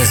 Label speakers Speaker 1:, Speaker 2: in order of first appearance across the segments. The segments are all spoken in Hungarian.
Speaker 1: Ez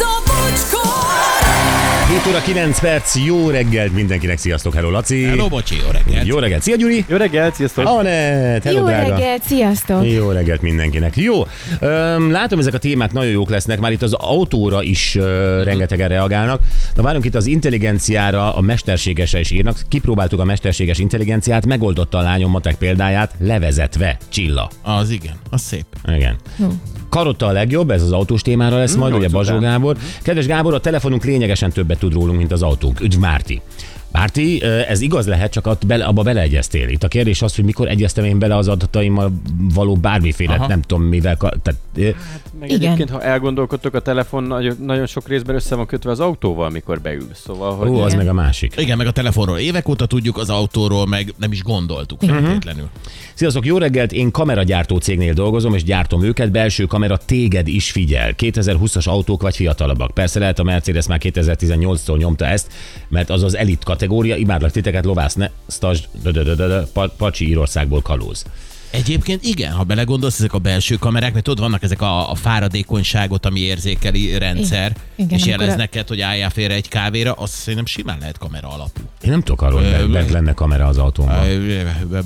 Speaker 2: a bocskor!
Speaker 3: 7 óra 9 perc, jó reggelt mindenkinek, sziasztok, hello Laci!
Speaker 4: Hello, bocsi, jó reggelt.
Speaker 3: Jó reggelt, szia Gyuri!
Speaker 5: Jó reggelt, sziasztok!
Speaker 3: Anett, hello
Speaker 6: Jó
Speaker 3: drága!
Speaker 6: reggelt, sziasztok!
Speaker 3: Jó reggelt mindenkinek. Jó, öm, látom ezek a témák nagyon jók lesznek, már itt az autóra is ö, rengetegen reagálnak. Na várunk itt az intelligenciára, a mesterségesre is írnak. Kipróbáltuk a mesterséges intelligenciát, megoldotta a lányom matek példáját, levezetve, Csilla.
Speaker 4: Az igen, az szép.
Speaker 3: Igen. Karotta a legjobb, ez az autós témára lesz majd, ugye Bazsó Gábor. Kedves Gábor, a telefonunk lényegesen többet tud rólunk, mint az autónk. Üdv Márti! Márti, eh, ez igaz lehet, csak att- bele, abba beleegyeztél. Itt a kérdés az, hogy mikor egyeztem én bele az adataimmal való bármiféle, Aha.
Speaker 4: Aha.
Speaker 3: nem tudom mivel. ka- Tehát, eh, ö,
Speaker 5: Meg
Speaker 6: Igen.
Speaker 5: egyébként, ha elgondolkodtok, a telefon nagyon, nagyon sok részben össze van kötve az autóval, mikor beül. Szóval, hogy...
Speaker 3: Ó, az
Speaker 6: Igen.
Speaker 3: meg a másik.
Speaker 4: Igen, meg a telefonról évek óta tudjuk, az autóról meg nem is gondoltuk feltétlenül.
Speaker 3: Sziasztok, jó reggelt! Én kameragyártó cégnél dolgozom, és gyártom őket. Belső kamera téged is figyel. 2020-as autók vagy fiatalabbak. Persze lehet a Mercedes már 2018-tól nyomta ezt, mert az az elit kategória. Imádlak titeket, lovász, ne stasd, dödödödödö, pa- Pacsi Írországból kalóz.
Speaker 4: Egyébként igen, ha belegondolsz, ezek a belső kamerák, mert tudod, vannak ezek a, a fáradékonyságot, ami érzékeli rendszer,
Speaker 6: Igen,
Speaker 4: és
Speaker 6: amikor
Speaker 4: jelez
Speaker 6: a-
Speaker 4: neked, hogy álljál félre egy kávéra, azt szerintem simán lehet kamera alapú.
Speaker 3: Én nem tudok arról, hogy bent- bent lenne kamera az autómban.
Speaker 4: Ha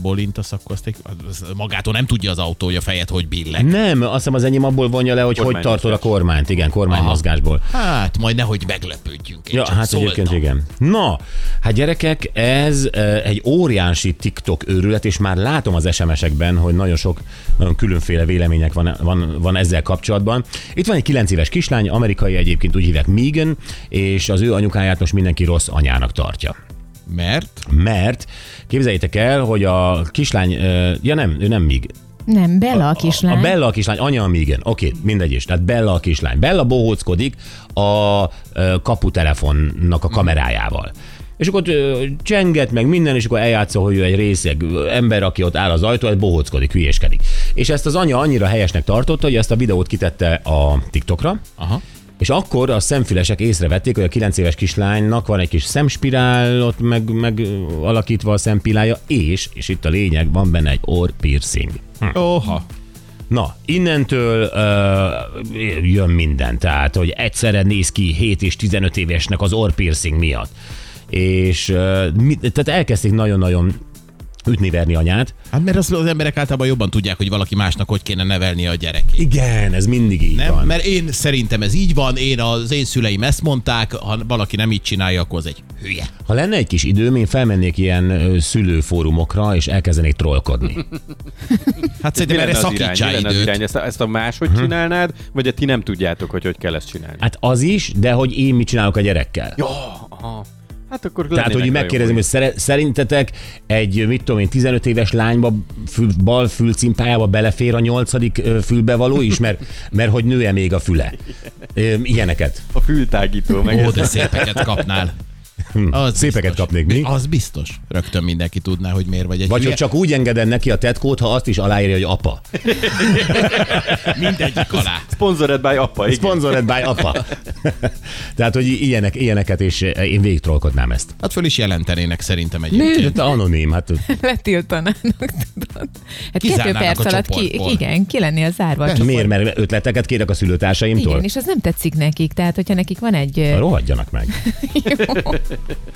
Speaker 4: Bolintasz, akkor azt egy, az magától nem tudja az autó, hogy a fejed hogy billeg.
Speaker 3: Nem, azt hiszem az enyém abból vonja le, hogy hogy
Speaker 5: Kormánymozgás.
Speaker 3: tartod a kormányt. Igen, kormánymozgásból.
Speaker 4: Hát, majd nehogy meglepődjünk. Szóval- én
Speaker 3: Ja,
Speaker 4: csak
Speaker 3: hát egyébként
Speaker 4: szóltam.
Speaker 3: igen. Na, hát gyerekek, ez eh, egy óriási TikTok őrület, és már látom az SMS-ekben, hogy nagyon sok nagyon különféle vélemények van, van, van ezzel kapcsolatban. Itt van egy 9 éves kislány, amerikai egyébként úgy hívják Megan, és az ő anyukáját most mindenki rossz anyának tartja.
Speaker 4: Mert?
Speaker 3: Mert képzeljétek el, hogy a kislány, eh, ja nem, ő nem Mig,
Speaker 6: Nem, Bella a kislány.
Speaker 3: a Bella a kislány, anya a Megan. Oké, mindegy is. Tehát Bella a kislány. Bella bohóckodik a ö, kaputelefonnak a kamerájával. És akkor ott, ö, csenget, meg minden, és akkor eljátsza, hogy ő egy részeg ö, ember, aki ott áll az ajtó, egy bohóckodik, hülyéskedik. És ezt az anya annyira helyesnek tartotta, hogy ezt a videót kitette a TikTokra,
Speaker 4: Aha.
Speaker 3: és akkor a szemfülesek észrevették, hogy a 9 éves kislánynak van egy kis szemspirál, ott meg, meg ö, alakítva a szempilája, és, és itt a lényeg, van benne egy orr piercing.
Speaker 4: Oha.
Speaker 3: Na, innentől ö, jön minden, tehát, hogy egyszerre néz ki 7 és 15 évesnek az orrpiercing miatt. És ö, mi, tehát elkezdték nagyon-nagyon ütni-verni anyát.
Speaker 4: Hát mert azt az emberek általában jobban tudják, hogy valaki másnak hogy kéne nevelnie a gyerekét.
Speaker 3: Igen, ez mindig így
Speaker 4: Nem?
Speaker 3: van.
Speaker 4: Mert én szerintem ez így van, én az én szüleim ezt mondták, ha valaki nem így csinálja, akkor az egy hülye.
Speaker 3: Ha lenne egy kis időm, én felmennék ilyen ö, szülőfórumokra, és elkezdenék trollkodni.
Speaker 4: Hát
Speaker 5: Mi
Speaker 4: szerintem
Speaker 5: lenne
Speaker 4: erre
Speaker 5: az irány? Mi
Speaker 4: szakítsál
Speaker 5: lenne az
Speaker 4: időt.
Speaker 5: irány? Ezt, a- ezt a máshogy uh-huh. csinálnád, vagy a ti nem tudjátok, hogy hogy kell ezt csinálni?
Speaker 3: Hát az is, de hogy én mit csinálok a gyerekkel.
Speaker 5: Ja, aha. Hát akkor
Speaker 3: Tehát, hogy így megkérdezem, hogy szere- szerintetek egy, mit tudom én, 15 éves lányba fül, bal fülcimpájába belefér a nyolcadik ö, fülbevaló is, mert, mert hogy nő-e még a füle? Ö, Ilyeneket.
Speaker 5: A fültágító meg
Speaker 4: Ó,
Speaker 5: ez.
Speaker 4: de szépeket kapnál. Az
Speaker 3: Hm. Szépeket kapnék, mi?
Speaker 4: Az biztos. Rögtön mindenki tudná, hogy miért vagy egy
Speaker 3: Vagy
Speaker 4: hülye.
Speaker 3: hogy csak úgy engedem neki a tetkót, ha azt is aláírja, hogy apa.
Speaker 4: mindegyik alá.
Speaker 5: Sponsored by Appa, igen.
Speaker 3: Sponsored by apa. Tehát, hogy ilyenek, ilyeneket, és én végigtrolkodnám ezt.
Speaker 4: Hát föl is jelentenének szerintem
Speaker 3: Né,
Speaker 4: egyébként.
Speaker 3: de anonim, hát
Speaker 6: Letiltanának, tudod. Hát kettő
Speaker 4: Kizárnának
Speaker 6: perc
Speaker 4: a
Speaker 6: alatt ki,
Speaker 4: csoportból.
Speaker 6: igen, ki lennél zárva. a csoport.
Speaker 3: miért? Mert ötleteket kérek a szülőtársaimtól?
Speaker 6: Hát, Igen, és az nem tetszik nekik. Tehát, hogyha nekik van egy... ö,
Speaker 3: Rohadjanak meg.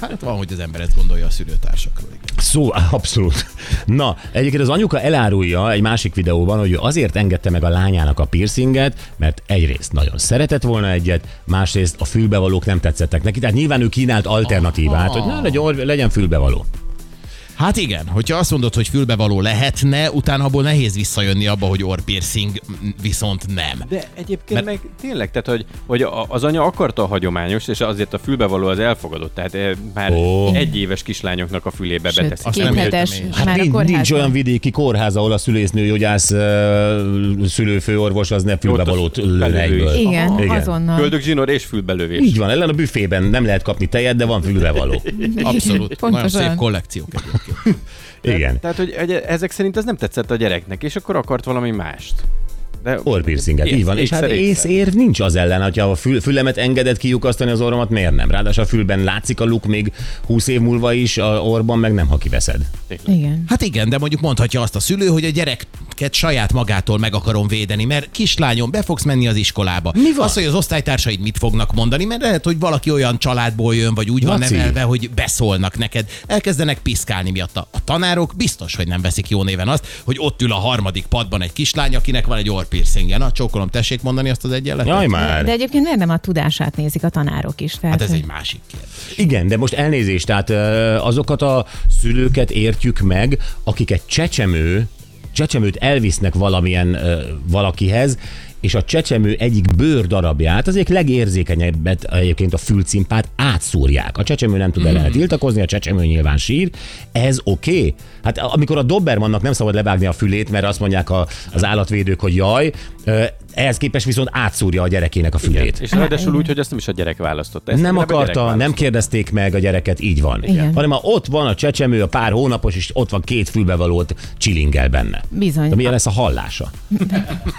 Speaker 4: Hát van, hogy az ember ezt gondolja a szülőtársakról. Igen.
Speaker 3: Szó, abszolút. Na, egyébként az anyuka elárulja egy másik videóban, hogy ő azért engedte meg a lányának a piercinget, mert egyrészt nagyon szeretett volna egyet, másrészt a fülbevalók nem tetszettek neki. Tehát nyilván ő kínált alternatívát, hogy na, legyen, orv- legyen fülbevaló.
Speaker 4: Hát igen, hogyha azt mondod, hogy fülbevaló lehetne, utána abból nehéz visszajönni abba, hogy orrpiercing m- viszont nem.
Speaker 5: De egyébként Mert... meg tényleg, tehát hogy, hogy a- az anya akarta a hagyományos, és azért a fülbevaló az elfogadott, tehát eh, már
Speaker 3: Ó.
Speaker 5: oh. egyéves kislányoknak a fülébe
Speaker 6: Sőt,
Speaker 5: beteszik.
Speaker 4: azt nem
Speaker 6: két hetes,
Speaker 4: értem én.
Speaker 3: Hát
Speaker 6: már a
Speaker 3: nincs, nincs
Speaker 6: kórházban.
Speaker 3: olyan vidéki kórház, ahol a szülésznő, jogász, ö, szülőfőorvos az ne fülbevalót lőne
Speaker 5: belülő is.
Speaker 3: egyből.
Speaker 6: Igen,
Speaker 3: Igen.
Speaker 6: azonnal.
Speaker 5: Köldök zsinór és fülbelövés.
Speaker 3: Így van, ellen a büfében nem lehet kapni tejet, de van fülbevaló.
Speaker 4: Abszolút. Nagyon szép
Speaker 6: Pontosan.
Speaker 4: kollekciók egyébként.
Speaker 3: Igen.
Speaker 5: Tehát, hogy egy- ezek szerint ez nem tetszett a gyereknek, és akkor akart valami mást. De
Speaker 3: Orpiercinget,
Speaker 5: Ilyen-
Speaker 3: így van. És hát
Speaker 5: észre- észre.
Speaker 3: észérv nincs az ellen, hogyha a fül, fülemet engedett kiukasztani az orromat, miért nem? Ráadásul a fülben látszik a luk még 20 év múlva is, a orban meg nem, ha kiveszed.
Speaker 6: Igen.
Speaker 4: Hát igen, de mondjuk mondhatja azt a szülő, hogy a gyereket saját magától meg akarom védeni, mert kislányom, be fogsz menni az iskolába. Mi van? Az, hogy az osztálytársaid mit fognak mondani, mert lehet, hogy valaki olyan családból jön, vagy úgy van
Speaker 3: Laci.
Speaker 4: nevelve, hogy beszólnak neked. Elkezdenek piszkálni miatta. A tanárok biztos, hogy nem veszik jó néven azt, hogy ott ül a harmadik padban egy kislány, akinek van egy orpiercingje. Na, csókolom, tessék mondani azt az egyenletet?
Speaker 3: Jaj
Speaker 6: De
Speaker 3: már!
Speaker 6: egyébként miért nem a tudását nézik a tanárok is? Tehát,
Speaker 4: Hát ez
Speaker 6: hogy-
Speaker 4: egy másik kérdés.
Speaker 3: Igen, de most elnézést, tehát ö, azokat a szülőket értjük meg, akik egy csecsemő, csecsemőt elvisznek valamilyen ö, valakihez, és a csecsemő egyik bőr darabját, az egyik legérzékenyebbet egyébként a fülcimpát átszúrják. A csecsemő nem tud ellene tiltakozni, a csecsemő nyilván sír. Ez oké? Okay? Hát a- amikor a Dobermannak nem szabad levágni a fülét, mert azt mondják a, az állatvédők, hogy jaj, ö, ehhez képest viszont átszúrja a gyerekének a fülét.
Speaker 5: És ráadásul úgy, hogy ezt nem is a gyerek választotta. Ezt
Speaker 3: Nem
Speaker 5: inkább a gyerek
Speaker 3: akarta, nem
Speaker 5: választotta.
Speaker 3: kérdezték meg a gyereket, így van.
Speaker 6: Igen.
Speaker 3: Hanem a, ott van a csecsemő, a pár hónapos, és ott van két fülbevalót csilingel benne.
Speaker 6: Bizony.
Speaker 3: De milyen lesz a hallása?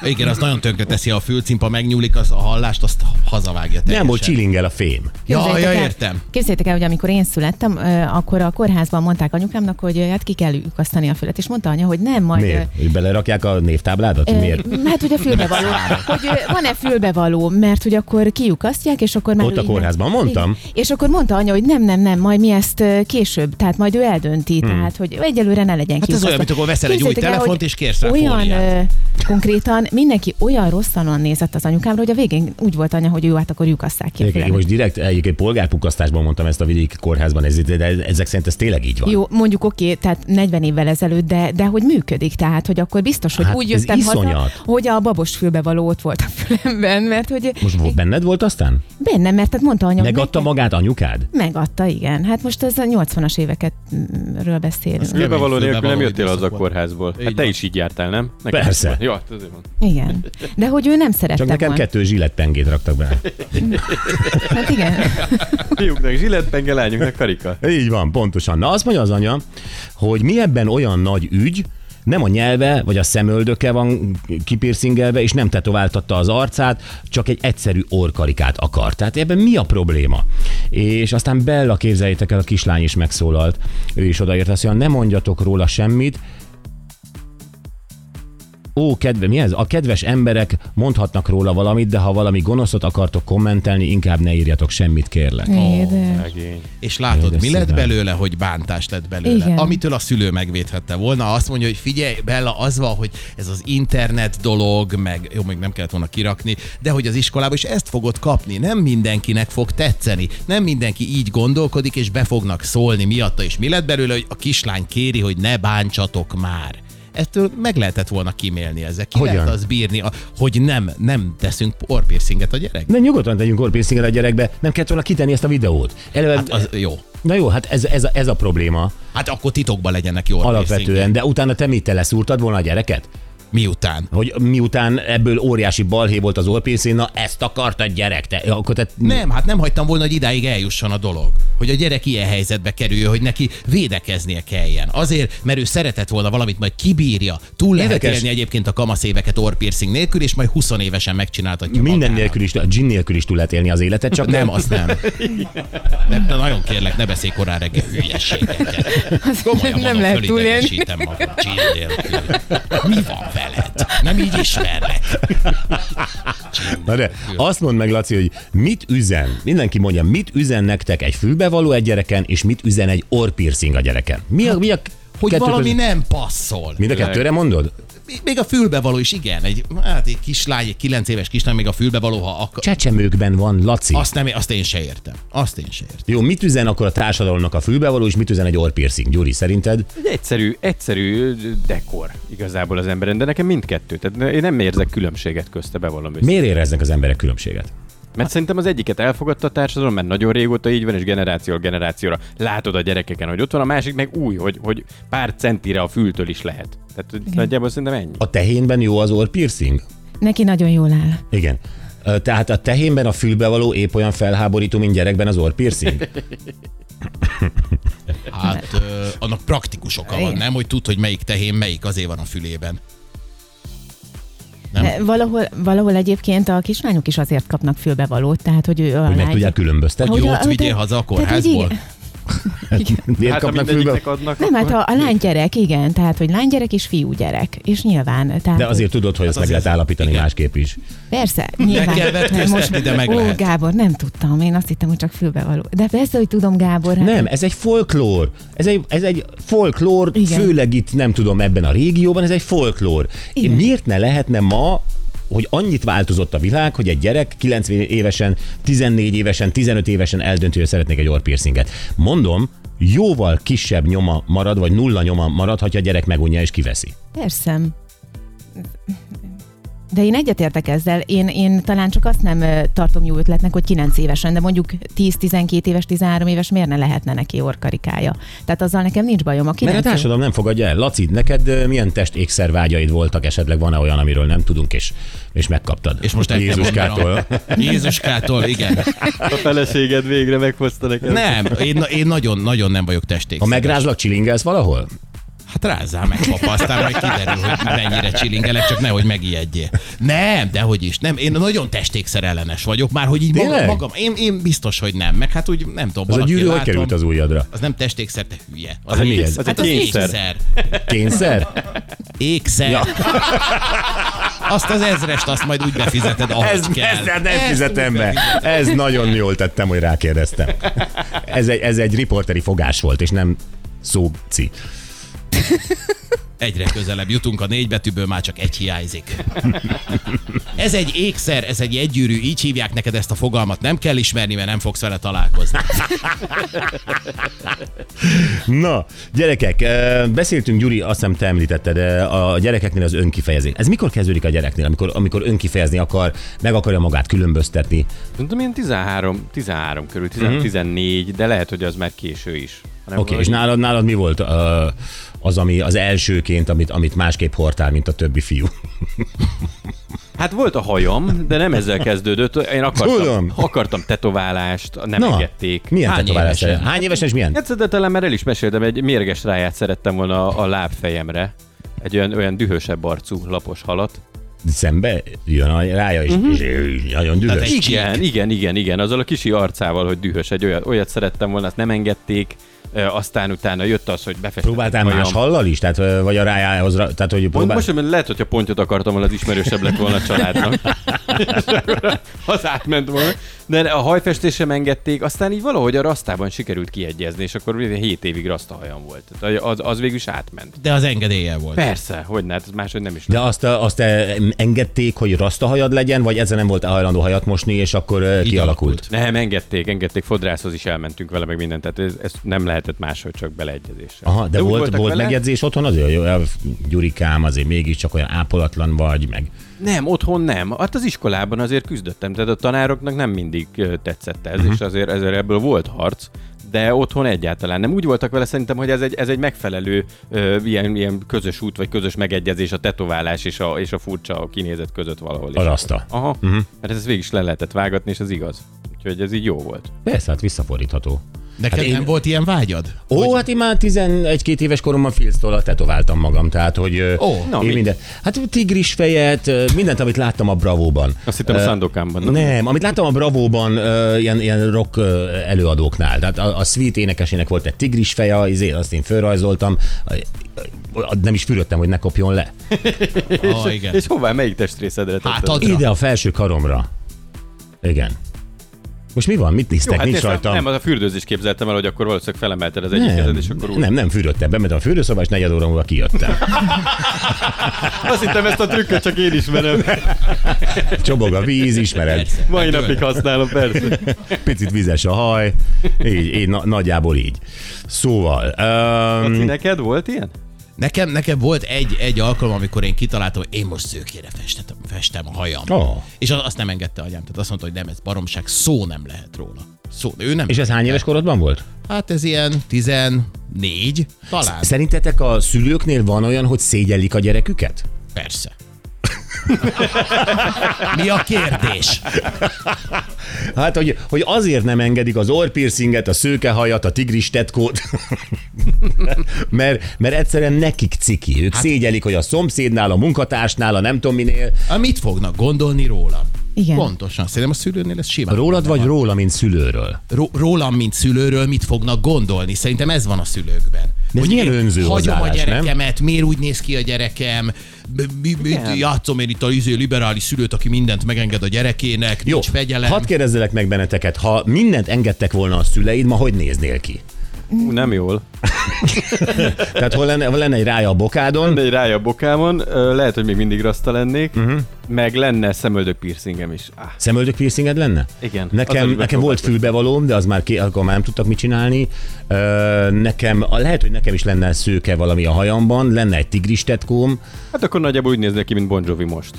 Speaker 4: Igen, az nagyon tönkre teszi, ha a fülcimpa megnyúlik az a hallást, azt hazavágja teljesen.
Speaker 3: Nem, hogy csilingel a fém.
Speaker 4: Ja,
Speaker 6: Képzeljétek
Speaker 4: ja,
Speaker 6: el-
Speaker 4: értem.
Speaker 6: Képzeljétek el, hogy amikor én születtem, ö, akkor a kórházban mondták anyukámnak, hogy ö, hát ki kell lyukasztani a fület, és mondta anya, hogy nem, majd...
Speaker 3: Miért? Hogy belerakják a névtábládat?
Speaker 6: ö, ö,
Speaker 3: Miért?
Speaker 6: Hát, hogy a fülbevaló. hogy ö, van-e fülbevaló, mert hogy akkor kiukasztják, és akkor már...
Speaker 3: Ott
Speaker 6: ő
Speaker 3: a
Speaker 6: így-
Speaker 3: kórházban mondtam.
Speaker 6: Igen. És akkor mondta anya, hogy nem, nem, nem, majd mi ezt ö, később, tehát majd ő eldönti, hmm. tehát hogy egyelőre ne legyen
Speaker 4: Hát ez olyan, mint amikor veszel egy új
Speaker 6: Képzeljétek el,
Speaker 4: telefont,
Speaker 6: hogy
Speaker 4: és kérsz rá
Speaker 6: Olyan
Speaker 4: fóliát.
Speaker 6: ö, konkrétan mindenki olyan rosszan nézett az anyukámra, hogy a végén úgy volt anya, hogy ő hát akkor lyukasszák ki. a
Speaker 3: Egyébként
Speaker 6: fülemet.
Speaker 3: most direkt egyébként polgárpukasztásban mondtam ezt a vidéki kórházban, ez- de ezek szerint ez tényleg így van.
Speaker 6: Jó, mondjuk oké, tehát 40 évvel ezelőtt, de, de hogy működik, tehát hogy akkor biztos, hogy
Speaker 3: Hát
Speaker 6: hát úgy
Speaker 3: ez
Speaker 6: jöttem haza,
Speaker 3: iszonyat.
Speaker 6: hogy a babos fülbevaló ott volt a fülemben, mert hogy
Speaker 3: Most volt- benned volt aztán?
Speaker 6: bennem, mert tehát mondta anya, hogy
Speaker 3: Megadta
Speaker 6: neked-
Speaker 3: magát anyukád?
Speaker 6: Megadta, igen. Hát most ez a 80-as évekről beszélünk.
Speaker 4: kemény
Speaker 5: Fülbevaló nélkül nem
Speaker 4: fülbevaló
Speaker 5: jöttél az a
Speaker 4: időszak volt.
Speaker 5: kórházból. Hát
Speaker 4: Így
Speaker 5: te
Speaker 4: van.
Speaker 5: is így jártál, nem?
Speaker 3: Persze.
Speaker 5: Jó, hát azért van.
Speaker 6: Igen. De hogy ő nem szerette
Speaker 3: Csak nekem
Speaker 6: volna.
Speaker 3: kettő zsillettpengét raktak be.
Speaker 6: Hát igen.
Speaker 5: Fiúknak zsillettpenge, lányoknak karika.
Speaker 3: Így van, pontosan. Na azt mondja az anya, hogy mi ebben olyan nagy ügy, nem a nyelve vagy a szemöldöke van kipircingelve, és nem tetováltatta az arcát, csak egy egyszerű orkarikát akar. Tehát ebben mi a probléma? És aztán Bella, képzeljétek el, a kislány is megszólalt. Ő is odaért azt, hogy nem mondjatok róla semmit, Ó, kedve, mi ez? A kedves emberek mondhatnak róla valamit, de ha valami gonoszot akartok kommentelni, inkább ne írjatok semmit, kérlek.
Speaker 6: Édes.
Speaker 5: Szegény.
Speaker 4: És
Speaker 3: Jaj, de
Speaker 4: látod, mi lett
Speaker 3: szépen.
Speaker 4: belőle, hogy bántás lett belőle.
Speaker 6: Igen.
Speaker 4: Amitől a szülő megvédhette volna, azt mondja, hogy figyelj, Bella, az van, hogy ez az internet dolog, meg jó, még nem kellett volna kirakni, de hogy az iskolában is ezt fogod kapni. Nem mindenkinek fog tetszeni. Nem mindenki így gondolkodik, és be fognak szólni miatta. És mi lett belőle, hogy a kislány kéri, hogy ne bántsatok már. Ettől meg lehetett volna kímélni ezek. Ki
Speaker 3: Hogyan?
Speaker 4: lehet az bírni, a- hogy nem, nem teszünk orpiercinget a gyerek?
Speaker 3: De nyugodtan tegyünk orpiercinget a gyerekbe, nem kellett volna kitenni ezt a videót. Eleve,
Speaker 4: Hát az jó.
Speaker 3: Na jó, hát ez, ez, a, ez a probléma
Speaker 4: Hát akkor titokban legyenek jó orpiercing.
Speaker 3: alapvetően, de utána te mit te leszúrtad volna a gyereket?
Speaker 4: Miután?
Speaker 3: Hogy miután ebből óriási balhé volt az orpiercing, na ezt akarta a gyerek, te, akkor te...
Speaker 4: Nem, hát nem hagytam volna, hogy idáig eljusson a dolog. Hogy a gyerek ilyen helyzetbe kerüljön, hogy neki védekeznie kelljen. Azért, mert ő szeretett volna valamit, majd kibírja. Túl lehet
Speaker 3: Érdekes.
Speaker 4: élni egyébként a kamasz éveket orpiercing nélkül, és majd 20 évesen megcsináltatja
Speaker 3: Minden
Speaker 4: magának.
Speaker 3: nélkül is, a gin nélkül is túl lehet élni az életet, csak
Speaker 4: Nem, azt nem. nem. de Nagyon kérlek, ne beszélj korán reggel hülyeségeket. Komolyan
Speaker 6: nem
Speaker 4: mondom,
Speaker 6: lehet túlélni.
Speaker 4: fölidegesítem magam, chill nélkül. Mi van veled? Nem így ismerlek.
Speaker 3: Na de, azt mondd meg, Laci, hogy mit üzen, mindenki mondja, mit üzen nektek egy fülbevaló egy gyereken, és mit üzen egy orpiercing a gyereken? Mi a, mi a
Speaker 4: Hogy
Speaker 3: kettő
Speaker 4: valami
Speaker 3: között-
Speaker 4: nem passzol.
Speaker 3: Mind a kettőre mondod?
Speaker 4: Még- még a fülbevaló is, igen. Egy, hát egy kislány, egy kilenc éves kislány, még a fülbevaló, ha akar.
Speaker 3: Csecsemőkben van, Laci.
Speaker 4: Azt, nem, azt én se értem. Azt én se értem.
Speaker 3: Jó, mit üzen akkor a társadalomnak a fülbevaló, és mit üzen egy orpiercing? Gyuri, szerinted?
Speaker 5: Egy egyszerű, egyszerű dekor igazából az emberen, de nekem mindkettő. Tehát én nem érzek különbséget közte, bevallom őszintén.
Speaker 3: Miért éreznek az emberek különbséget?
Speaker 5: Mert szerintem az egyiket elfogadta a társadalom, mert nagyon régóta így van, és generációra generációra látod a gyerekeken, hogy ott van, a másik meg új, hogy, hogy pár centire a fültől is lehet. Tehát hogy nagyjából szerintem ennyi.
Speaker 3: A tehénben jó az orpiercing?
Speaker 6: Neki nagyon jól áll.
Speaker 3: Igen. Ö, Tehát a tehénben a fülbevaló épp olyan felháborító, mint gyerekben az orpiercing?
Speaker 4: Hát ö, annak praktikus oka van,
Speaker 6: Igen.
Speaker 4: nem? Hogy tud, hogy melyik tehén, melyik azért van a fülében. Nem,
Speaker 6: E, Valahol, valahol egyébként a kislányok is azért kapnak fülbevalót, tehát hogy ő
Speaker 3: Hogy
Speaker 6: a
Speaker 3: meg
Speaker 6: lány...
Speaker 3: tudják különböztetni.
Speaker 6: Ahogy
Speaker 3: Jó,
Speaker 6: a-
Speaker 4: Jót vigyél haza a
Speaker 6: Tehát, hogy
Speaker 4: kórházból.
Speaker 6: igen.
Speaker 3: Miért
Speaker 5: Hát, ha
Speaker 3: kapnak fülbe?
Speaker 5: mindegyiknek adnak,
Speaker 6: Nem, hát
Speaker 5: akkor-
Speaker 6: a, a lánygyerek, igen, tehát hogy lánygyerek és fiúgyerek, és nyilván. Tehát,
Speaker 3: De azért tudod, hogy ezt meg
Speaker 4: azért-
Speaker 3: lehet állapítani
Speaker 4: igen.
Speaker 3: másképp is.
Speaker 6: Persze, nyilván.
Speaker 4: kell vetkőztetni, de meg
Speaker 6: Ó,
Speaker 4: lehet.
Speaker 6: Gábor, nem tudtam, én azt hittem, hogy csak fülbevaló. De persze, hogy tudom, Gábor. hát-
Speaker 3: Nem, ez egy folklór. Ez egy, ez egy folklór,
Speaker 6: Igen.
Speaker 3: főleg itt nem tudom ebben a régióban, ez egy folklór.
Speaker 6: Igen.
Speaker 3: Miért ne lehetne ma hogy annyit változott a világ, hogy egy gyerek 9 évesen, 14 évesen, 15 évesen eldönti, hogy szeretnék egy orrpiercinget. Mondom, jóval kisebb nyoma marad, vagy nulla nyoma marad, ha a gyerek megunja és kiveszi.
Speaker 6: Persze. De én egyetértek ezzel. Én, én talán csak azt nem ö, tartom jó ötletnek, hogy 9 évesen, de mondjuk 10-12 éves, 13 éves miért ne lehetne neki orkarikája? Tehát azzal nekem nincs bajom. A 9
Speaker 3: Mert hát a társadalom nem fogadja el. Laci, neked ö, milyen test ékszervágyaid voltak, esetleg van-e olyan, amiről nem tudunk, és, és megkaptad?
Speaker 4: És most el kell
Speaker 3: Jézuskától.
Speaker 4: Jézuskától, igen.
Speaker 5: A feleséged végre meghozta neked.
Speaker 4: Nem, én, én nagyon, nagyon nem vagyok testék.
Speaker 3: Ha megrázlak, csilingelsz valahol?
Speaker 4: Hát rázzál meg, papa, aztán majd kiderül, hogy mennyire csilingelek, csak nehogy megijedjél. Nem, dehogy is, nem. Én nagyon testékszerellenes vagyok, már hogy így magam,
Speaker 3: Tényleg?
Speaker 4: magam én, én biztos, hogy nem. Meg hát úgy nem tudom,
Speaker 3: Az a
Speaker 4: valaki
Speaker 3: gyűrű hogy
Speaker 4: látom.
Speaker 3: került az ujjadra?
Speaker 4: Az nem testékszer, de hülye.
Speaker 3: Az mi
Speaker 4: ékszer.
Speaker 3: ez?
Speaker 5: Az
Speaker 4: Hát
Speaker 5: egy
Speaker 4: az
Speaker 5: kényszer.
Speaker 4: ékszer.
Speaker 3: Kényszer?
Speaker 4: Ékszer.
Speaker 3: Ja.
Speaker 4: Azt az ezrest, azt majd úgy befizeted, ahogy
Speaker 3: Ez,
Speaker 4: kell.
Speaker 3: ezzel nem
Speaker 4: Ezt
Speaker 3: fizetem
Speaker 4: úgy
Speaker 3: be. Ez nagyon jól tettem, hogy rákérdeztem. Ez egy, ez egy riporteri fogás volt, és nem szóci.
Speaker 4: Egyre közelebb jutunk a négy betűből, már csak egy hiányzik. Ez egy ékszer, ez egy egygyűrű, így hívják neked ezt a fogalmat. Nem kell ismerni, mert nem fogsz vele találkozni.
Speaker 3: Na, gyerekek, ö, beszéltünk, Gyuri, azt hiszem te említetted, ö, a gyerekeknél az önkifejezés. Ez mikor kezdődik a gyereknél, amikor, amikor önkifejezni akar, meg akarja magát különböztetni?
Speaker 5: Tudom, ilyen 13, 13 körül, 13, 14, de lehet, hogy az már késő is.
Speaker 3: Mhm.
Speaker 5: Hanem
Speaker 3: Oké, okay, és
Speaker 5: valahogy-
Speaker 3: nálad, nálad mi volt ö, az, ami az elsőként, amit, amit másképp hordtál, mint a többi fiú?
Speaker 5: Hát volt a hajam, de nem ezzel kezdődött. Én
Speaker 3: Tudom.
Speaker 5: akartam, akartam tetoválást, nem
Speaker 3: Na,
Speaker 5: engedték.
Speaker 3: milyen
Speaker 4: Hány
Speaker 3: tetoválás?
Speaker 4: évesen?
Speaker 3: Hány évesen és milyen?
Speaker 5: Egyszer, de talán már el is meséltem, egy mérges ráját szerettem volna a, a lábfejemre. Egy olyan, olyan dühösebb arcú lapos halat.
Speaker 3: Szembe jön a rája, és,
Speaker 5: Mhm.
Speaker 3: uh-huh. és
Speaker 5: Hát
Speaker 3: nagyon dühös.
Speaker 4: egy-
Speaker 5: Igen, igen, igen, igen. Azzal a kisi arcával, hogy dühös. Egy olyat, olyat szerettem volna, azt nem engedték. Ö, Aztán utána jött az, hogy befestettem.
Speaker 3: Próbáltál
Speaker 5: a hajam.
Speaker 3: más hallal is? Tehát, ö, vagy a rájához, ra- tehát hogy
Speaker 5: Mond,
Speaker 3: próbál...
Speaker 5: most, hogy lehet, hogyha pontyot akartam volna, az ismerősebb lett volna a családnak. És akkor az átment volna. De a hajfestés sem engedték, aztán így valahogy a rasztában sikerült kiegyezni, és akkor 7 évig rasztahajam volt. Tehát Az, az végül is átment.
Speaker 4: De az engedélye volt.
Speaker 5: Persze, hogy ne, hát ez máshogy nem is.
Speaker 3: De azt, ö, azt ö, engedték, hogy rasta hajad legyen, vagy ezzel nem volt hajlandó hajat mosni, és akkor ö, kialakult.
Speaker 5: Nem, engedték, engedték, fodrászhoz is elmentünk vele, meg mindent, tehát ez, ez nem lehetett máshogy, csak beleegyezéssel.
Speaker 3: Aha, de,
Speaker 5: úgy
Speaker 3: volt,
Speaker 5: voltak
Speaker 3: volt
Speaker 5: vele?
Speaker 3: megjegyzés otthon azért, jó, ö, Gyurikám, azért mégiscsak olyan ápolatlan vagy, meg...
Speaker 5: Nem, otthon nem. Hát az iskolában azért küzdöttem, tehát a tanároknak nem mindig ö, tetszett ez,
Speaker 3: Mhm.
Speaker 5: uh-huh. és azért, ezért ebből volt harc, de otthon egyáltalán nem. Úgy voltak vele szerintem, hogy ez egy, ez egy megfelelő ö, ilyen, ilyen közös út, vagy közös megegyezés a tetoválás és a, és a furcsa kinézet között valahol. is.
Speaker 3: A rasta.
Speaker 5: Aha,
Speaker 3: Mhm.
Speaker 5: uh-huh. mert ez végig is le lehetett vágatni, és ez igaz. Úgyhogy ez így jó volt.
Speaker 3: Persze, hát visszafordítható.
Speaker 4: Neked
Speaker 3: Hát
Speaker 4: hát
Speaker 3: én-
Speaker 4: én... nem volt ilyen vágyad?
Speaker 3: Ó, hogy... hát én már 11-2 éves koromban filztól tetováltam magam, tehát hogy
Speaker 4: Ó,
Speaker 3: Ó,
Speaker 5: na
Speaker 3: én
Speaker 5: mit?
Speaker 3: minden. Hát tigris fejet, ö, mindent, amit láttam a Bravóban.
Speaker 5: Azt hittem a
Speaker 3: Ö,
Speaker 5: Sandokanban.
Speaker 3: Nem, amit láttam a Bravóban ö, ilyen, ilyen rock ö, előadóknál. Tehát a, a Sweet énekesének volt egy tigris feje, izé, azt én fölrajzoltam, Ö, ö, ö, nem is fürödtem, hogy ne kopjon le.
Speaker 4: Ah, igen.
Speaker 5: És hová, melyik testrészedre tetted?
Speaker 4: Hátad-
Speaker 3: Ide a felső karomra. Igen. Most mi van? Mit néztek?
Speaker 5: Jó, hát
Speaker 3: Nincs
Speaker 5: ezt a-
Speaker 3: rajtam.
Speaker 5: Nem, az a fürdőzést képzeltem el, hogy akkor valószínűleg felemelted az egyik kezed, és akkor úgy.
Speaker 3: nem, nem fürödtem, bementem a fürdőszobába, és negyed óra múlva kijöttem.
Speaker 5: Azt hittem ezt a trükköt csak én ismerem.
Speaker 3: Csobog a víz, ismered.
Speaker 5: Mai napig használom, persze.
Speaker 3: Mm. Picit vizes a haj, így, így na, nagyjából így. Szóval,
Speaker 5: Laci,
Speaker 3: um,
Speaker 5: neked volt ilyen?
Speaker 4: Nekem, nekem volt egy, egy alkalom, amikor én kitaláltam, hogy én most szőkére festem, festem a hajam.
Speaker 3: Ó.
Speaker 4: És az- azt nem engedte anyám, tehát azt mondta, hogy nem, ez baromság, szó nem lehet róla. Szó, ő nem.
Speaker 3: és ez hány éves korodban volt?
Speaker 4: Hát ez ilyen 14, talán.
Speaker 3: Szerintetek a szülőknél van olyan, hogy szégyellik a gyereküket?
Speaker 4: Persze. Mi a kérdés?
Speaker 3: Hát, hogy, hogy azért nem engedik az orrpiercinget, a szőkehajat, a tigris tetkót, mert, mert egyszerűen nekik ciki. Ők hát, szégyelik, hogy a szomszédnál, a munkatársnál, a nem tudom minél.
Speaker 4: A Hát mit fognak gondolni rólam?
Speaker 6: Igen.
Speaker 4: Pontosan, szerintem a szülőnél ez simán.
Speaker 3: Rólad
Speaker 4: benne
Speaker 3: vagy
Speaker 4: van.
Speaker 3: róla, mint szülőről?
Speaker 4: Ró- rólam, mint szülőről mit fognak gondolni? Szerintem ez van a szülőkben.
Speaker 3: De ez milyen
Speaker 4: én
Speaker 3: önző
Speaker 4: Hagyom a
Speaker 3: hozzáállás, nem?
Speaker 4: gyerekemet, miért úgy néz ki a gyerekem, m- mi, mi, játszom én itt a izé liberális szülőt, aki mindent megenged a gyerekének, Jó. nincs fegyelem.
Speaker 3: hadd kérdezzelek meg benneteket, ha mindent engedtek volna a szüleid, ma hogy néznél ki?
Speaker 5: Ú, nem jól.
Speaker 3: Tehát hol lenne, lenne egy rája a bokádon,
Speaker 5: Egy rája a bokámon, ö, lehet, hogy még mindig rasta lennék, uh-huh. meg lenne szemöldök piercingem is. Ah,
Speaker 3: szemöldök piercinged lenne?
Speaker 5: Igen. Azzal
Speaker 3: Nekem,
Speaker 5: is
Speaker 3: nekem volt fülbevalóm, de az már ki, akkor már nem tudtak mit csinálni. Ö, nekem, a- lehet, hogy nekem is lenne szőke valami a hajamban, lenne egy tigris tetkóm.
Speaker 5: hát akkor nagyjából úgy néznek ki, mint Bon Jovi most.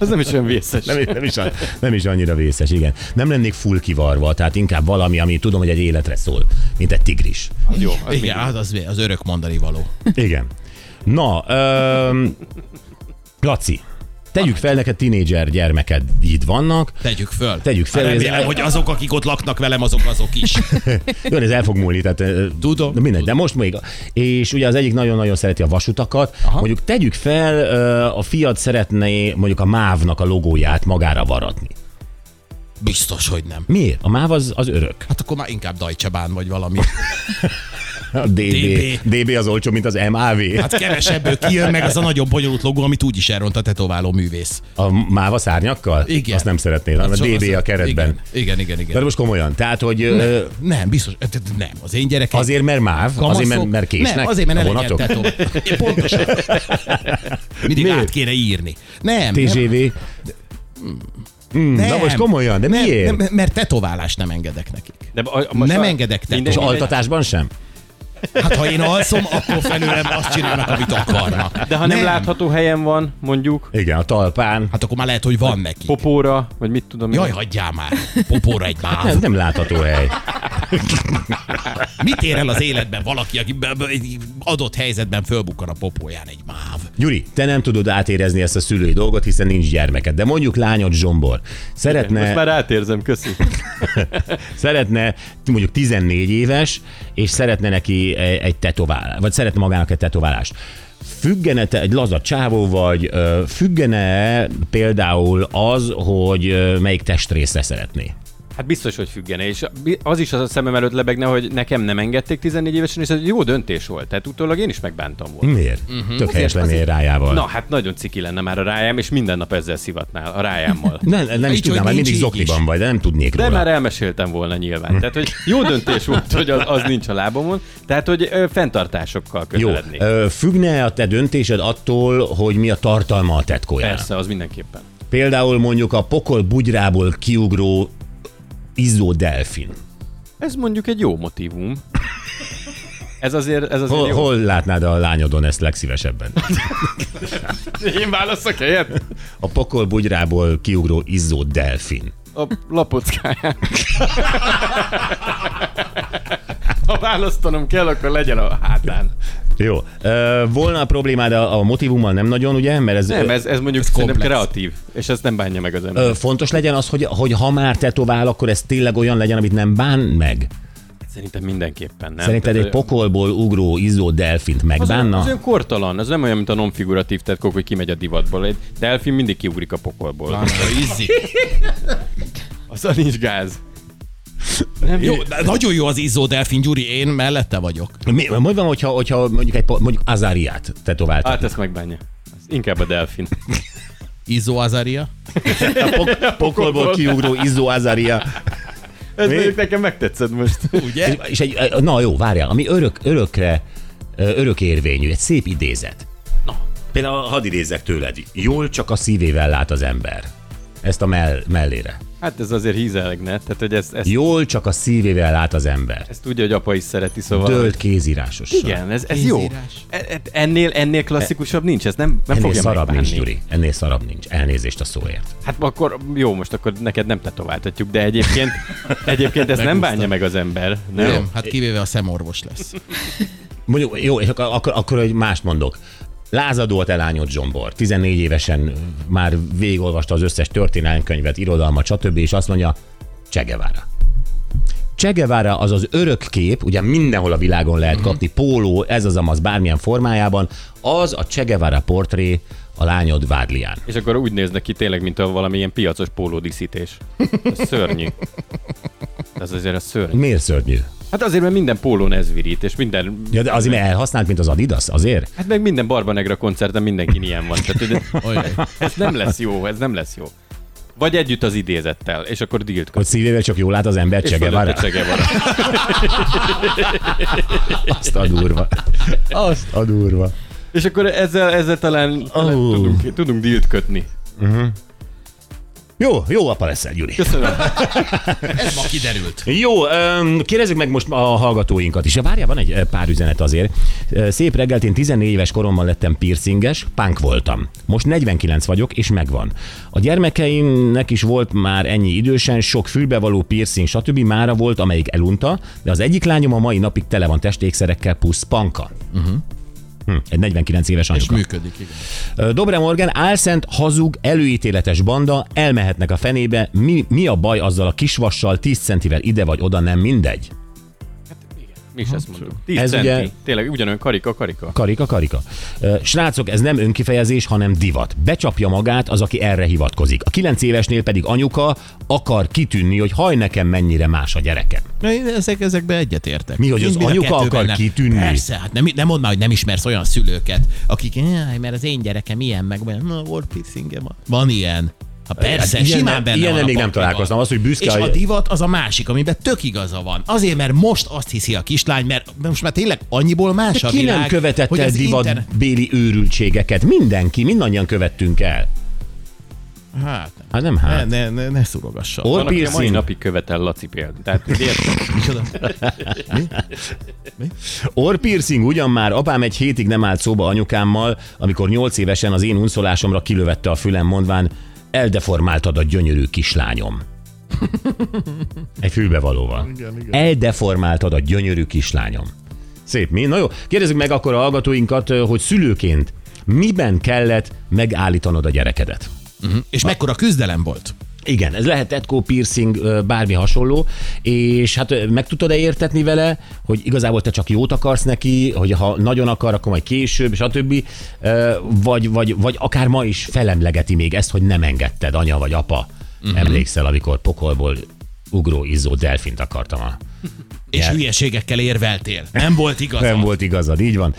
Speaker 5: Ez nem is olyan vészes.
Speaker 3: Nem, nem, is, a- nem is annyira vészes, igen. Nem lennék full kivarva, tehát inkább valami, ami tudom, hogy egy életre szól, mint egy tigris.
Speaker 5: Jó, az még-
Speaker 4: Igen, hát az, az örök mondani való.
Speaker 3: Igen. Na, öm, Laci, tegyük fel, neked tinédzser gyermeked itt vannak,
Speaker 4: Tegyük föl.
Speaker 3: Tegyük föl,
Speaker 4: Hát Remélem,
Speaker 3: ez-
Speaker 4: hogy azok, akik ott laknak velem, azok azok is.
Speaker 3: Jó, ez el fog múlni, tehát ö,
Speaker 4: Tudom.
Speaker 3: de mindegy, de most még. És ugye az egyik nagyon-nagyon szereti a vasutakat. Aha.
Speaker 4: Aha.
Speaker 3: Mondjuk tegyük fel, ö, a fiat szeretné mondjuk a mávnak a logóját magára varatni.
Speaker 4: Biztos, hogy nem.
Speaker 3: Miért? A máv az, az örök.
Speaker 4: Hát akkor már inkább Deutsche Bahn vagy valami.
Speaker 3: A DB.
Speaker 4: DB.
Speaker 3: DB az olcsó, mint az MAV.
Speaker 4: Hát kevesebből kijön meg az a nagyon bonyolult logó, amit úgyis elront a tetováló művész.
Speaker 3: A máva szárnyakkal?
Speaker 4: Igen.
Speaker 3: Azt nem szeretnél, hanem a
Speaker 4: Szóval
Speaker 3: DB
Speaker 4: az-
Speaker 3: a keretben.
Speaker 4: Igen, igen, igen. igen.
Speaker 3: De most komolyan, tehát, hogy ö,
Speaker 4: Nem, biztos, ö, ö, nem. Az én gyerekem.
Speaker 3: azért, mert máv, azért, mert, mert késnek
Speaker 4: Nem, azért, mert
Speaker 3: a
Speaker 4: ne legyen
Speaker 3: vonatok.
Speaker 4: tetó. Én Pontosan. Mindig át kéne írni. Nem, nem,
Speaker 3: TGV. Mm,
Speaker 4: nem.
Speaker 3: na most komolyan, de
Speaker 4: nem,
Speaker 3: miért?
Speaker 4: Nem, mert tetoválást nem engedek nekik.
Speaker 5: De a, most
Speaker 4: Nem
Speaker 5: a-
Speaker 4: engedek te.
Speaker 5: minden-
Speaker 3: És
Speaker 5: mindegy-
Speaker 3: altatásban sem?
Speaker 4: Hát ha én alszom, akkor felőlem azt csinálnak, amit akarnak.
Speaker 5: De ha nem, nem látható helyen van, mondjuk,
Speaker 3: Igen, a talpán.
Speaker 4: Hát akkor már lehet, hogy van neki.
Speaker 5: popóra, vagy mit tudom én.
Speaker 4: Jaj, hagyjál már! Popóra egy
Speaker 3: Ez
Speaker 4: máv.
Speaker 3: nem látható hely.
Speaker 4: Mit ér el az életben valaki, aki b- b- egy adott helyzetben fölbukkan a popóján egy máv?
Speaker 3: Gyuri, te nem tudod átérezni ezt a szülői dolgot, hiszen nincs gyermeked, de mondjuk lányod zsombor. Szeretne,
Speaker 5: Most már átérzem, köszi.
Speaker 3: szeretne mondjuk 14 éves, és szeretne neki egy egy tetoválást, vagy szeretne magának egy tetoválást. Függene te egy laza csávó vagy, ö, függene például az, hogy ö, melyik testrészre szeretné.
Speaker 5: Hát biztos, hogy függene, és az is az a szemem előtt lebegne, hogy nekem nem engedték 14 évesen, és ez egy jó döntés volt. Tehát utólag én is megbántam volna.
Speaker 3: Miért?
Speaker 4: Mhm.
Speaker 3: Uh-huh. Tök helyes lennél rájával.
Speaker 5: Na, hát nagyon ciki lenne már a rájám, és minden nap ezzel szivatnál, a rájámmal.
Speaker 3: Nem, nem is
Speaker 4: Így,
Speaker 3: tudnám, mert
Speaker 4: hogy nincs
Speaker 3: mindig
Speaker 4: így
Speaker 3: zokniban
Speaker 4: is.
Speaker 3: vagy, de nem tudnék
Speaker 5: De
Speaker 3: róla.
Speaker 5: már elmeséltem volna nyilván. Tehát, hogy jó döntés volt, hogy az, az nincs a lábomon. Tehát, hogy ö, fenntartásokkal
Speaker 3: Jó,
Speaker 5: közelednék. Jó.
Speaker 3: ö, függne a te döntésed attól, hogy mi a tartalma a tetkójának?
Speaker 5: Persze, az mindenképpen.
Speaker 3: Például mondjuk a pokol bugyrából kiugró izzó delfin.
Speaker 5: Ez mondjuk egy jó motivum. Ez azért, ez azért
Speaker 3: Hol,
Speaker 5: jó.
Speaker 3: hol látnád a lányodon ezt legszívesebben?
Speaker 5: Én válaszok helyet?
Speaker 3: A pokol bugyrából kiugró izzó delfin.
Speaker 5: A lapockáján. Ha választanom kell, akkor legyen a hátán.
Speaker 3: Jó. Ö, volna a problémád a, a motivummal nem nagyon, ugye? Mert ez,
Speaker 5: Nem,
Speaker 3: ö,
Speaker 5: ez, ez mondjuk ez szerintem
Speaker 4: komplex.
Speaker 5: kreatív, és ezt nem bánja meg az ember.
Speaker 3: ö, fontos legyen az, hogy, hogy ha már tetovál, akkor ez tényleg olyan legyen, amit nem bán meg.
Speaker 5: Szerintem mindenképpen nem.
Speaker 3: Nem, Szerinted
Speaker 5: Tehát,
Speaker 3: egy pokolból ugró izzó delfint
Speaker 5: az,
Speaker 3: megbánna?
Speaker 5: az olyan kortalan, az nem olyan, mint a nonfiguratív tetkók, hogy kimegy a divatból. Egy delfin mindig kiugrik a pokolból.
Speaker 4: Mámra izzi.
Speaker 5: Azzal nincs gáz. Nem,
Speaker 4: Jó, de nagyon jó az izzó delfin, Gyuri, én mellette vagyok.
Speaker 3: Mi, mi van, hogyha, hogyha mondjuk, egy, po- mondjuk Azáriát tetovált?
Speaker 5: Hát ezt megbánja. Ez Inkább a delfin.
Speaker 4: Izzó Azaria?
Speaker 3: Pok- pokolból kiugró izzó Azária.
Speaker 5: Ez
Speaker 3: Mi?
Speaker 5: mondjuk nekem megtetszed most.
Speaker 4: Ugye?
Speaker 3: E, És egy, na jó, várjál, ami örök, örökre, e, örök érvényű, egy szép idézet. Na, például hadd idézek tőled. Jól csak a szívével lát az ember. Ezt a mell- mellére.
Speaker 5: Hát ez azért hízelegne, tehát hogy ezt, ezt,
Speaker 3: Jól csak a szívével lát az ember.
Speaker 5: ezt tudja, hogy apa is szereti, szóval...
Speaker 3: Dölt kézírásos.
Speaker 5: Igen, ez, ez jó.
Speaker 4: Kézírás.
Speaker 5: E- e- Ennél, ennél klasszikusabb nincs, ez nem, nem
Speaker 3: Ennél
Speaker 5: fogja
Speaker 3: szarabb
Speaker 5: megbánni.
Speaker 3: nincs, Gyuri. Ennél szarabb nincs. Elnézést a szóért.
Speaker 5: Hát akkor jó, most akkor neked nem tetováltatjuk, de egyébként, egyébként ezt nem bánja meg az ember. Nem?
Speaker 4: Nem, hát kivéve a szemorvos lesz.
Speaker 3: Mondjuk, jó, és akkor, akkor, akkor egy mást mondok. Lázadó a te lányod Zsombor. 14 évesen már végigolvasta az összes történelemkönyvet, irodalmat, stb. és azt mondja, Csegevára. Csegevára az az örök kép, ugye mindenhol a világon lehet kapni, póló, ez az amaz bármilyen formájában, az a Csegevára portré a lányod Vádlián.
Speaker 5: És akkor úgy néznek ki tényleg, mint a valamilyen piacos pólódíszítés. Ez szörnyű. Ez azért a szörnyű.
Speaker 3: Miért szörnyű?
Speaker 5: Hát azért, mert minden pólón ez virít, és minden...
Speaker 3: Ja, de azért, mert elhasznált, mint az Adidas, azért?
Speaker 5: Hát meg minden Barbanegra koncerten mindenki ilyen van. Tehát, hogy-
Speaker 4: Olyaj.
Speaker 5: ez nem lesz jó, ez nem lesz jó. Vagy együtt az idézettel, és akkor dílt
Speaker 3: Hogy
Speaker 5: kapsz.
Speaker 3: szívével csak jól lát az ember
Speaker 5: És fölött
Speaker 3: Csegevára?
Speaker 5: a Csegevara.
Speaker 3: Azt a durva. Azt a durva.
Speaker 5: És akkor ezzel, ezzel talán, talán
Speaker 3: Ó.
Speaker 5: tudunk, tudunk dílt kötni.
Speaker 3: Jó, jó apa leszel, Gyuri.
Speaker 5: Köszönöm.
Speaker 4: Ez ma kiderült.
Speaker 3: Jó, öm, kérdezzük meg most a hallgatóinkat is. Ja, Várjál, van egy ö, pár üzenet azért. Ö, Szép reggelt, én 14 éves koromban lettem piercinges, punk voltam. Most 49 vagyok, és megvan. A gyermekeimnek is volt már ennyi idősen, sok fülbevaló piercing, stb. Mára volt, amelyik elunta, de az egyik lányom a mai napig tele van testékszerekkel plusz panka. Uh-huh. Hm, egy 49 éves anyuka.
Speaker 4: És működik, igen.
Speaker 3: Ö, Dobre Morgan, álszent, hazug, előítéletes banda, elmehetnek a fenébe, mi, mi a baj azzal a kisvassal, 10 centivel ide vagy oda, nem mindegy.
Speaker 5: Mi is ezt mondjuk. 10
Speaker 3: Ez
Speaker 5: ez centi.
Speaker 3: ugye-
Speaker 5: Ugye... Tényleg ugyanolyan karika, karika.
Speaker 3: Karika, karika. Ö, Srácok, ez nem önkifejezés, hanem divat. Becsapja magát az, aki erre hivatkozik. A 9 évesnél pedig anyuka akar kitűnni, hogy haj nekem mennyire más a gyerekem.
Speaker 4: Na, én ezek, ezekben egyetértek.
Speaker 3: Mi, hogy az
Speaker 4: Mind a
Speaker 3: anyuka
Speaker 4: kettőben
Speaker 3: akar
Speaker 4: nem.
Speaker 3: kitűnni?
Speaker 4: Persze, hát nem, nem mondd már, hogy nem ismersz olyan szülőket, akik, "Jaj, mert az én gyerekem ilyen, meg olyan, na, volt piercingem. van." Van ilyen. Ha persze,
Speaker 3: Hát ilyen
Speaker 4: simán
Speaker 3: nem-
Speaker 4: benne
Speaker 3: ilyen
Speaker 4: van a
Speaker 3: még nem
Speaker 4: pakliban.
Speaker 3: találkoztam. Az, hogy büszke
Speaker 4: És
Speaker 3: a-
Speaker 4: a divat az a másik, amiben tök igaza van. Azért, mert most azt hiszi a kislány, mert most már tényleg annyiból más
Speaker 3: De
Speaker 4: a
Speaker 3: ki
Speaker 4: világ,
Speaker 3: nem követett
Speaker 4: hogy
Speaker 3: el
Speaker 4: az internet-
Speaker 3: divatbéli őrültségeket? Mindenki, mindannyian követtünk el.
Speaker 4: Hát, nem.
Speaker 3: Hát nem
Speaker 4: Ne,
Speaker 3: hát.
Speaker 4: ne, ne, ne szurogassad.
Speaker 3: Or-
Speaker 5: Van, aki a mai
Speaker 3: piercing.
Speaker 5: napig követel Laci példát. Tehát ugye,
Speaker 4: Micsoda?
Speaker 3: Orpiercing ugyan már, apám egy hétig nem állt szóba anyukámmal, amikor nyolc évesen az én unszolásomra kilövette a fülem, mondván, eldeformáltad a gyönyörű kislányom. Egy fülbevalóval. Igen, igen. Eldeformáltad a gyönyörű kislányom. Szép, mi? Na jó, kérdezzük meg akkor a hallgatóinkat, hogy szülőként miben kellett megállítanod a gyerekedet?
Speaker 4: És mekkora küzdelem volt?
Speaker 3: Igen, ez lehet tetkó, piercing, ö, bármi hasonló, és hát ö, meg tudtad-e értetni vele, hogy igazából te csak jót akarsz neki, hogy ha nagyon akar, akkor majd később, stb. Ö, Vagy, vagy, vagy akár ma is felemlegeti még ezt, hogy nem engedted, anya vagy apa. Uh-huh. Emlékszel, amikor pokolból ugró, izzó delfint akartam a
Speaker 4: És
Speaker 3: Ja.
Speaker 4: hülyeségekkel érveltél. Nem volt igaz.
Speaker 3: nem volt igazad, így van.